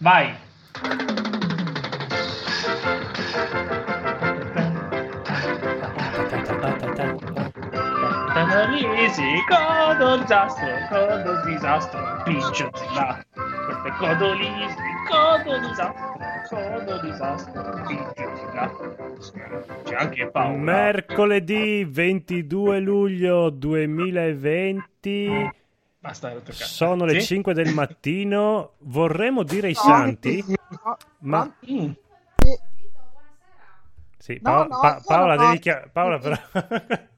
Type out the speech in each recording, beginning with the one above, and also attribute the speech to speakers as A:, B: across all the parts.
A: Vai. Sì, codolzastro, codol disastro, piccio là. Questo è codolisi, codol disastro, codol disastro, piccio là. C'è anche Paolo.
B: Mercoledì 22 luglio 2020.
A: Basta toccare.
B: Sono le
A: Sì?
B: 5 del mattino. Vorremmo dire i santi, ma
A: Mm.
B: sì,
C: No,
B: Pa-
C: no,
B: Pa-
C: sono
B: Paola,
C: no.
B: devi chia- Paola, però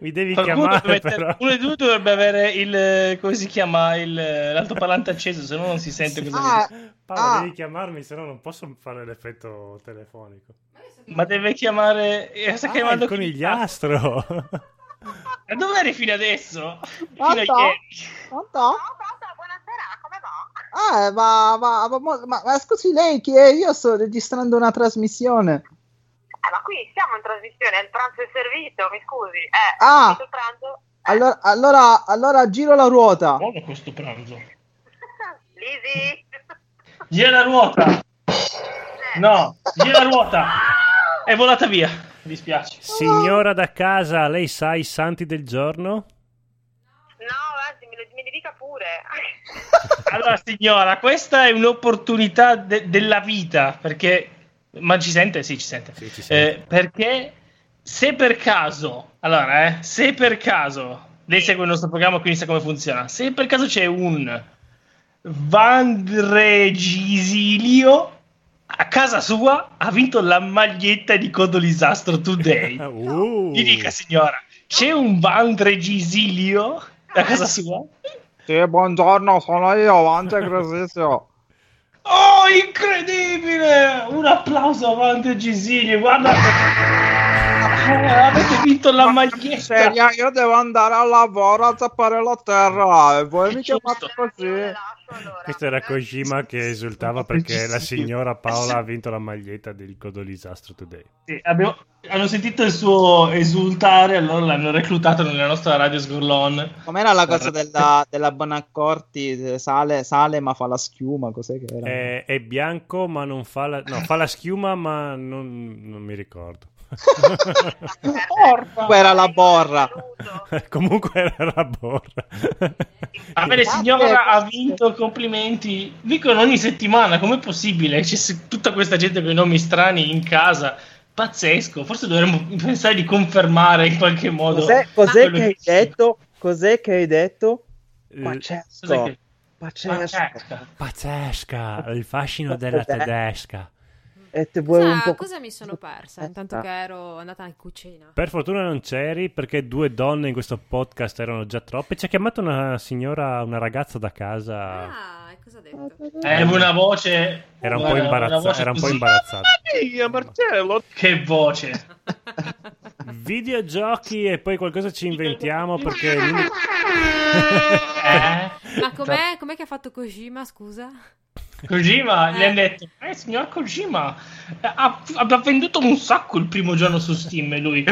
B: mi devi
A: Qualcuno
B: chiamare
A: dovrebbe,
B: però.
A: uno di voi dovrebbe avere il eh, come si chiama il, eh, l'altoparlante acceso, se no non si sente cosa
C: Ah,
B: Paola,
C: Ah.
B: devi chiamarmi, se no non posso fare l'effetto telefonico.
A: dice. Ma deve chiamare. eh, sta
B: Ah,
A: chiamando
B: il conigliastro.
A: chi- Ma dove eri fino adesso? Fino a
C: Pronto?
A: ieri.
C: pronto?
D: pronto, Oh, buonasera, come va?
C: Ah, ma, ma- ma- ma- ma- ma scusi lei chi è? Io sto registrando una trasmissione.
D: Eh, ma qui siamo in trasmissione, il pranzo è servito, mi scusi. Eh,
C: Ah.
D: il pranzo?
C: Allora, allora, allora giro la ruota.
A: Buono questo pranzo.
D: Lisi?
A: Gira la ruota. No, gira la ruota. È volata via. Mi dispiace.
B: Signora da casa, lei sa i santi del giorno?
D: No, anzi, me lo, me li dica pure.
A: Allora, signora, questa è un'opportunità de- della vita perché. Ma ci sente? Sì, ci sente.
B: Sì, ci
A: Eh, perché se per caso, allora, eh, se per caso, lei segue il nostro programma, quindi sa come funziona. Se per caso c'è un Vandregisilio a casa sua, ha vinto la maglietta di Codolisastro Today.
B: Uh.
A: Mi dica, signora, c'è un Vandregisilio a casa sua?
C: Sì, buongiorno, sono io, Vante Cresisio.
A: Oh, incredibile! Un applauso a Vandregisilio, guarda. Eh, avete vinto la maglietta.
C: io devo andare al lavoro a zappare la terra e voi
A: mi chiamate
D: Io la lascio allora.
B: Questo era Kojima che esultava perché la signora Paola ha vinto la maglietta del Codolisastro Today.
A: Sì, abbiamo- hanno sentito il suo esultare, allora l'hanno reclutato nella nostra radio Sgurlon.
C: Com'era la cosa della, della Bonaccorti? Sale, sale ma fa la schiuma, cos'è che era?
B: È, è bianco ma non fa la, no, fa la schiuma ma non, non mi ricordo.
C: Porca! Era la borra.
D: Saluto.
B: Comunque era la borra.
A: Va Ah, bene,
C: Grazie,
A: signora, ha
C: grazie.
A: vinto, complimenti. Dicono ogni settimana, com'è possibile? C'è se- tutta questa gente con i nomi strani in casa. Pazzesco, forse dovremmo pensare di confermare in qualche modo. Ah,
C: Cos'è, cos'è
A: quello
C: che hai detto? Cos'è che hai detto?
A: Cos'è
C: Pazzesco,
A: che- ecco.
C: pazzesco.
B: Pazzesca, il fascino
C: della
B: tedesca.
C: E te vuoi un
E: Cosa,
C: po'... Eh, ah.
E: cosa mi sono persa intanto che ero andata in cucina?
B: Per fortuna non c'eri perché due donne in questo podcast erano già troppe. Ci ha chiamato una signora, una ragazza da casa.
E: Ah, e cosa ha detto?
A: Eh, una voce.
B: Era un
A: una-
B: po'
A: una
B: imbarazzata.
A: voce
B: Era un po'
A: così.
B: imbarazzata.
F: Ehi, Marcello,
A: Che voce.
B: Videogiochi e poi qualcosa ci inventiamo perché è l'unico-
A: Eh?
C: ah,
E: Ma com'è, com'è che ha fatto Kojima, scusa?
A: Kojima le ha detto: Eh, signor Kojima, eh, ha, ha venduto un sacco il primo giorno su Steam. E lui,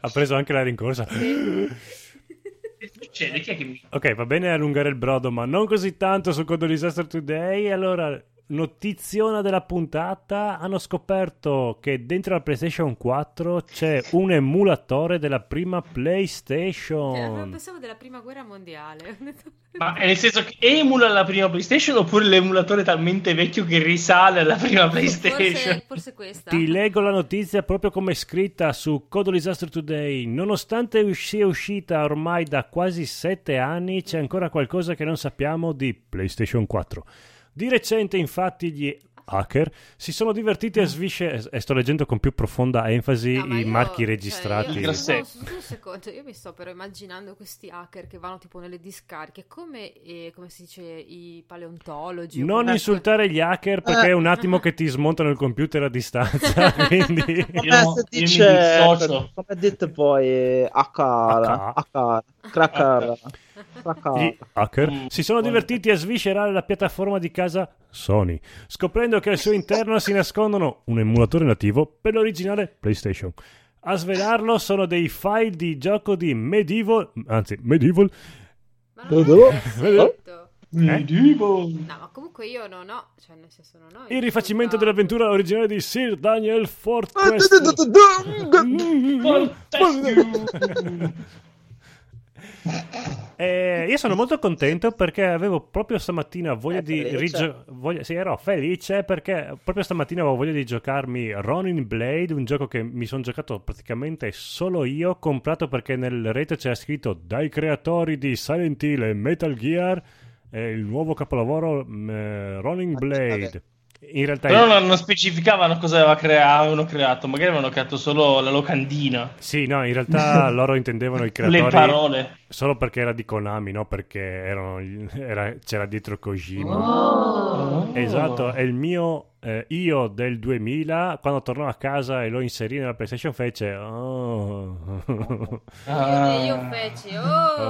B: ha preso anche la rincorsa.
A: che succede? Chi è che mi.
B: Ok, va bene allungare il brodo, ma non così tanto su Codo Disaster Today. Allora, notiziona della puntata, hanno scoperto che dentro la PlayStation 4 c'è un emulatore della prima Oh.
E: Eh,
B: PlayStation.
E: Pensavo della prima guerra mondiale.
A: Ma è nel senso che emula la prima PlayStation oppure l'emulatore è talmente vecchio che risale alla prima PlayStation?
E: Forse, forse questa.
B: Ti leggo la notizia proprio come è scritta su Codo Disaster Today. Nonostante us- sia uscita ormai da quasi 7 anni, c'è ancora qualcosa che non sappiamo di PlayStation 4. Di recente, infatti, gli hacker si sono divertiti a sviscerare. E sto leggendo con più profonda enfasi
E: No, ma
B: i
E: io-
B: marchi
E: cioè,
B: registrati.
E: io,
A: Il grassetto.
E: no, su- su un secondo, cioè, io mi sto però immaginando questi hacker che vanno tipo nelle discariche, come, eh, come si dice, i paleontologi. o
B: Non
E: come-
B: insultare gli hacker perché è un attimo che ti smontano il computer a distanza. quindi.
A: Io-
C: Come si
A: io mi
C: dice,
A: dissocio.
C: come ha detto poi, eh, Akar, Akar, Krakar,
B: Gli
C: Krakar.
B: hacker
A: Mm,
B: si sono
A: buono.
B: divertiti a sviscerare la piattaforma di casa Sony, scoprendo che al suo interno si nascondono un emulatore nativo per l'originale PlayStation. A svelarlo sono dei file di gioco di Medieval, anzi Medieval,
E: Ma Ma non ho il pezzetto.
B: Eh?
A: Mi divo.
E: No, ma comunque io non ho, cioè nel senso non ho...
B: Il rifacimento dell'avventura originale di Sir Daniel
C: Ah,
B: Mm-hmm. Fortwest.
A: Fortescue.
B: Eh, io sono molto contento perché avevo proprio stamattina voglia
C: Eh,
B: di
C: felice.
B: rigio- voglia- sì, ero felice perché proprio stamattina avevo voglia di giocarmi Ronin Blade, un gioco che mi sono giocato praticamente solo io, comprato perché nel rete c'era scritto dai creatori di Silent Hill e Metal Gear, eh, il nuovo capolavoro mm, eh, Ronin
C: Ah,
B: Blade. In realtà
A: Però non, non specificavano cosa aveva crea- avevano creato, magari avevano creato solo la locandina,
B: Sì, no, in realtà loro intendevano i
A: le
B: creatori
A: parole.
B: solo perché era di Konami, no? Perché erano gli- era- c'era dietro Kojima.
A: Oh.
B: Esatto, è il mio eh, io del 2000 quando tornò a casa e lo inserì nella PlayStation fece oh.
A: Ah.
E: E io feci, oh!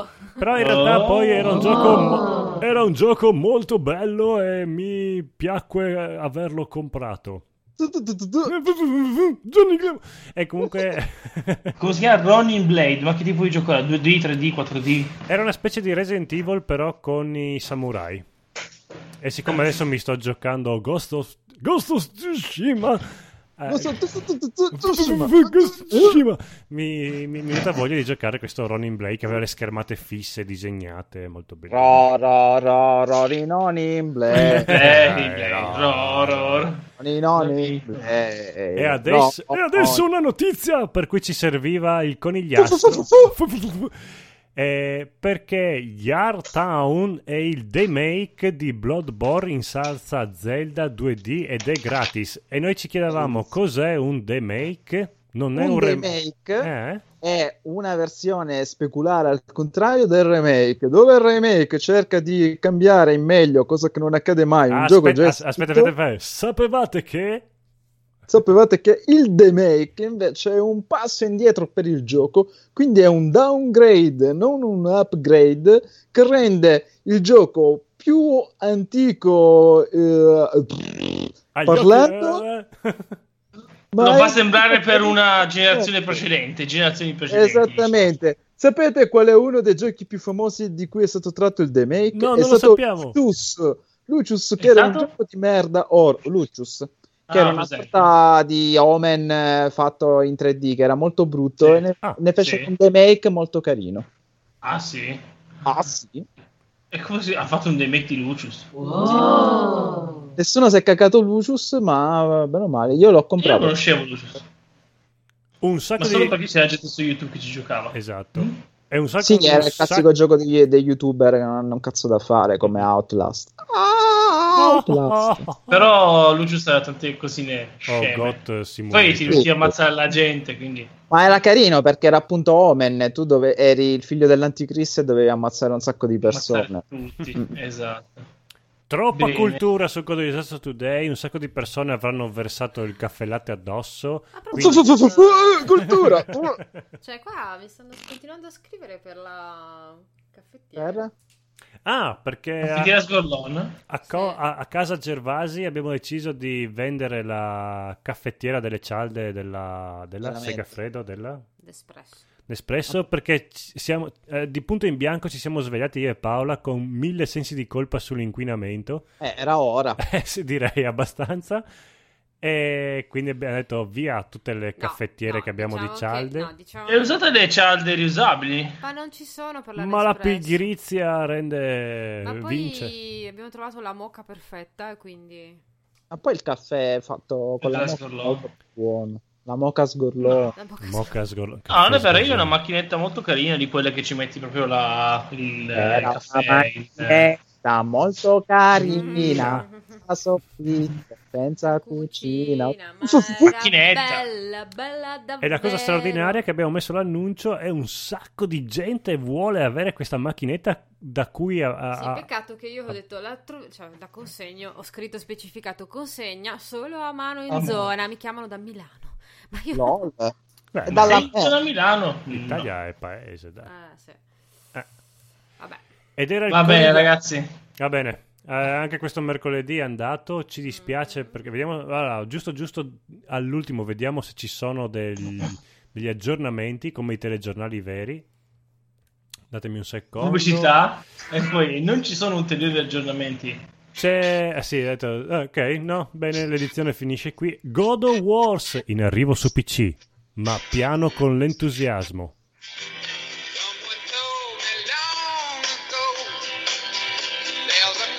B: Oh. Però in realtà
A: Oh.
B: poi era un gioco mo- era un gioco molto bello e mi piacque eh, averlo comprato.
C: Oh.
B: Johnny Gliemo. E comunque
A: Come si chiama Ronin Blade? Ma che tipo di gioco era? 2D, 3D, 4D?
B: era una specie di Resident Evil però con i samurai. E siccome adesso mi sto giocando Ghost of, Ghost of Tsushima eh, mi, mi, mi è venuta voglia di giocare questo Ronin Blade che aveva le schermate fisse disegnate molto bene.
C: Ro, ro, ro, ro, rinoni,
A: Blade,
C: ble,
A: Blade,
B: Eh, no.
A: Eh, ro, ro, ro.
C: rinoni, ble.
B: E adesso,
C: eh, Ro,
B: e adesso
C: ro.
B: una notizia per cui ci serviva il conigliastro. Eh, perché Yartown è il demake di Bloodborne in salsa Zelda 2D ed è gratis. E noi ci chiedevamo cos'è un demake? Non è un,
C: Un
B: rem-
C: remake
B: Eh?
C: è una versione speculare al contrario del remake, dove il remake cerca di cambiare in meglio, cosa che non accade mai. Un gioco
B: Aspetta,
C: già
B: as-
C: esistito.
B: aspetta, aspetta, aspetta. sapevate che
C: Sapevate che il demake invece è un passo indietro per il gioco, quindi è un downgrade, non un upgrade, che rende il gioco più antico. eh,
B: agli
C: Parlando-
B: occhi- eh,
A: non
C: ma è- Certo.
A: fa sembrare per una generazione precedente, generazioni precedenti.
C: Esattamente. Sapete qual è uno dei giochi più famosi di cui è stato tratto il demake?
B: No,
C: è
B: non lo
C: stato
B: sappiamo.
C: Lucius, Lucius che
A: È
C: era un
A: stato?
C: gioco di merda, or Lucius, che
A: Ah,
C: era una
A: cos'è?
C: sorta di Omen eh, fatto in 3D, che era molto brutto,
A: Sì.
C: e ne,
B: Ah,
C: ne fece
A: sì.
C: un remake molto carino.
A: Ah sì?
C: Ah sì?
A: E come si... ha fatto un demake di Lucius?
C: Nessuno si è cagato Lucius, ma eh, bene o male, io l'ho
A: Io lo
C: comprato.
A: conoscevo Lucius,
B: un
A: ma
B: sacco
A: solo
B: di
A: perché c'era gente su YouTube che ci giocava.
B: Esatto. È un sacco
C: Sì, che era
B: un
C: il
B: sacco-
C: classico gioco degli, degli youtuber che non hanno un cazzo da fare, come Outlast. Ah,
B: Oh,
C: Outlast.
A: Però Lucius aveva tante cosine
B: Oh,
A: sceme.
B: God,
A: Poi si
B: Simone.
A: riuscì a ammazzare la gente, quindi...
C: Ma era carino perché era appunto Omen, tu dove eri il figlio dell'anticristo e dovevi ammazzare un sacco di persone.
A: ammazzare tutti,
C: Mm.
A: esatto.
B: Troppa
A: Bene.
B: cultura sul Code di Disastro Today. Un sacco di persone avranno versato il caffè latte addosso.
E: A
C: Fu-
B: Quindi-
C: fu- fu- fu- fu- eh, Cultura!
E: Cioè, qua mi stanno continuando a scrivere per la caffettiera.
C: Terra?
B: Ah, perché
A: Quindi
B: a,
A: era sgorlona.
B: a co- a- a casa Gervasi abbiamo deciso di vendere la caffettiera delle cialde della, della
C: Veramente.
B: Segafredo della
E: D'espresso.
B: Nespresso perché ci siamo, eh, di punto in bianco ci siamo svegliati io e Paola con mille sensi di colpa sull'inquinamento.
C: Eh, era ora.
B: Eh, sì, direi abbastanza. E quindi abbiamo detto via a tutte le caffettiere
E: No,
B: che abbiamo
E: diciamo
B: di cialde.
E: Che, no, diciamo-
A: E usate le cialde riusabili?
E: Ma non ci sono per la
B: Ma la
E: Nespresso.
B: pigrizia rende.
E: Ma poi
B: vince.
E: abbiamo trovato la moca perfetta, e quindi...
C: Ma poi il caffè fatto con la
A: Era
C: moca
A: sgorlone.
C: molto buono. La moca sgorlona.
E: La moca...
B: Mocha sgol-
A: Ah, non è vero,
B: sgol-
A: io ho una macchinetta molto carina di quelle che ci metti proprio la, il, eh, il
C: Era una
A: caffè. il-
C: macchinetta molto carina.
E: Mm.
C: La soffitta, senza cucina.
E: ma
C: Fu- fu-
E: era
A: Cuccinetta.
E: bella, bella davvero.
B: E la cosa straordinaria è che abbiamo messo l'annuncio e un sacco di gente vuole avere questa macchinetta da cui a- a-
E: Sì,
B: a-
E: peccato che io ho detto la, tro- cioè, la consegno, ho scritto specificato consegna solo a mano in
A: A mano.
E: zona, mi chiamano da Milano. Ma io
C: LOL.
B: Beh,
C: dalla-
B: ma
A: Sei da Milano.
B: l'Italia è paese, dai.
E: Ah, sì.
B: Eh.
E: Vabbè.
B: Ed era
A: No.
B: il
A: Va bene,
B: coniglio-
A: Mm. ragazzi.
B: Va bene. Eh, anche questo mercoledì è andato, ci dispiace perché vediamo, allora, giusto giusto all'ultimo vediamo se ci sono del- degli aggiornamenti come i telegiornali veri. Datemi un secondo.
A: Pubblicità e poi non ci sono ulteriori aggiornamenti.
B: C'è. Ah, sì, ho detto- ok, no, bene, l'edizione finisce qui. God of Wars in arrivo su PC, ma piano con l'entusiasmo.
F: Someone told me long ago there's a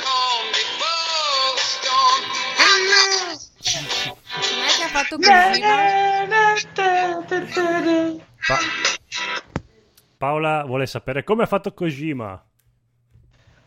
F: calm before the storm. I know
E: Com'è che ha fatto così? no?
B: Pa- Paola vuole sapere come ha fatto Kojima.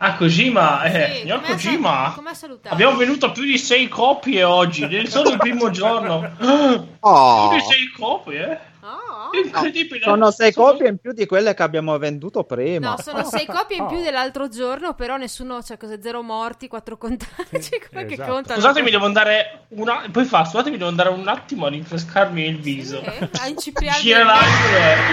A: Ah, Kojima, eh,
E: Sì,
A: signor
E: com'è sal-
A: Kojima.
E: com'è salutato?
A: Abbiamo venuto più di sei copie oggi, nel solo il primo giorno. Più
C: Oh,
A: di sei copie?
E: Ah.
A: È incredibile.
C: sono sei copie in più di quelle che abbiamo venduto prima.
E: No, sono sei
A: Oh.
E: copie in più dell'altro giorno, però nessuno, cioè, cosa, zero morti, quattro contagi, come che
B: esatto.
E: contano?
A: Scusatemi, devo andare una... Poi fa, scusatemi, devo andare un attimo a rinfrescarmi il
E: Sì,
A: viso.
E: a incipriarmi.
A: Gira l'angolo.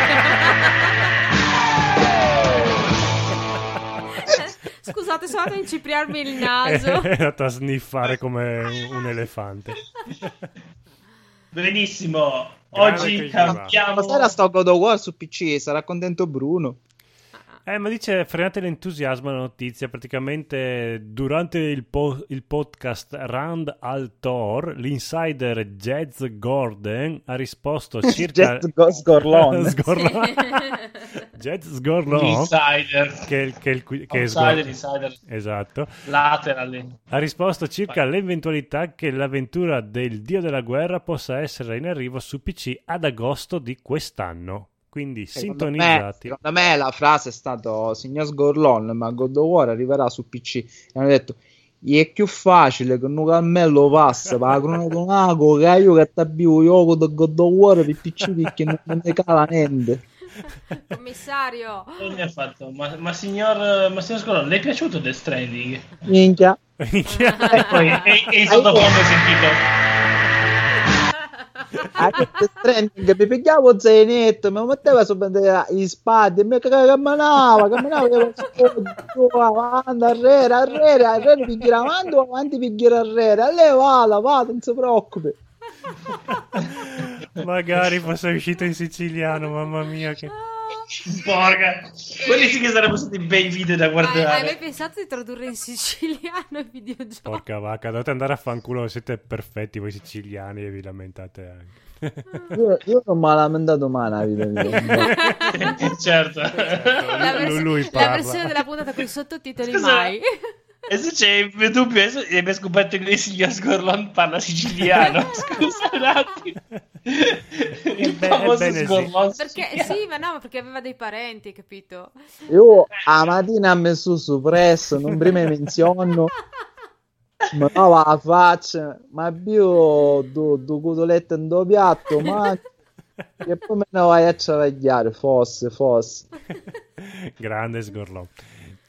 E: Scusate, sono andata a incipriarmi il naso.
B: È andato a sniffare come un- un elefante.
A: Benissimo.
B: Grande
A: Oggi
B: Kojima.
A: cambiamo.
C: Stasera sto God of War su PC, sarà contento Bruno.
B: Eh, ma dice frenate l'entusiasmo alla notizia. Praticamente durante il, po- il podcast Round al Thor, l'insider Jez Gordon ha risposto circa.
C: Jez Go- Sgorlon.
B: Sgorlon. Jez Sgorlon.
A: Insider.
B: Che, che, il cui- che è
A: Outsider,
B: Sgorlon.
A: insider.
B: Esatto.
A: Lateral.
B: Ha risposto circa all'eventualità che l'avventura del dio della guerra possa essere in arrivo su PC ad agosto di quest'anno. Quindi
C: Cioè, Secondo me-
B: sintonizzati.
C: Secondo me, la frase è stata "Oh, signor Sgorlon, ma God of War arriverà su PC. E hanno detto "Gli è più facile che un cammello passa per la cronotonaco che io che ti abbivo gioco di God of War per PC perché non non ne cala niente.
E: Commissario,
A: Che ne ha fatto? Ma, ma signor, ma signor Scolone, le è piaciuto Death Stranding?
C: Minchia.
A: E
B: Eh.
A: poi e, e in sottofondo ho sentito.
C: A che te strenghi, mi pigliavo zainetto, mi metteva sopra le- gli spadi, mi cagava, camminava, camminava, che giù, avanti, arrere, arrere, arrere, pigliare avanti, avanti, pigliare arrere, a lei vada, vada, non si preoccupi.
B: Magari fosse uscito in siciliano, mamma mia. Che...
A: Porca. Quelli sì che sarebbero stati bei video da
E: hai, hai mai
A: guardare.
E: pensato di tradurre in siciliano il videogioco?
B: Porca vacca, dovete andare a fanculo, siete perfetti voi siciliani e vi lamentate anche.
C: Io, io non mi ha lamentato mai nella vita mia.
A: certo.
E: La, vers-
B: lui
E: la
B: parla.
E: versione della puntata con i sottotitoli
A: Scusa.
E: mai.
A: E se c'è il dubbio, e se- e mi ha scoperto che il signor Sgorlon parla siciliano. Scusa un attimo. Il
B: Ebbe-
A: famoso
B: ebbene sì.
A: Sgorlon
E: Perché
A: siciliano.
E: sì, ma no, ma perché aveva dei parenti, capito?
C: Io a mattina ho messo su presso, non prima mi menziono, ma no, la faccia, ma io do, do cotolette in do piatto, ma... E poi me ne vai a travagliare, forse, forse.
B: Grande sgorlò.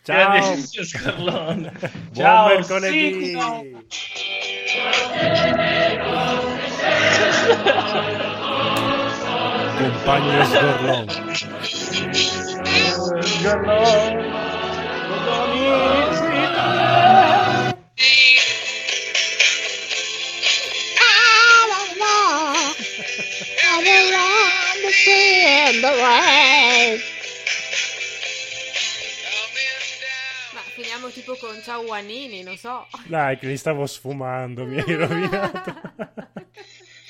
A: Grande
B: Ciao,
A: signor Sgorlon.
B: buon
A: Ciao,
B: mercoledì.
A: sì, no.
B: Compagno sgorlò.
A: Sgorlon. Sgorloni, sì.
F: I don't know. I don't understand the way.
E: Ma finiamo tipo con Ciao Guanini, non so.
B: Dai, che li stavo sfumando, mi hai rovinato.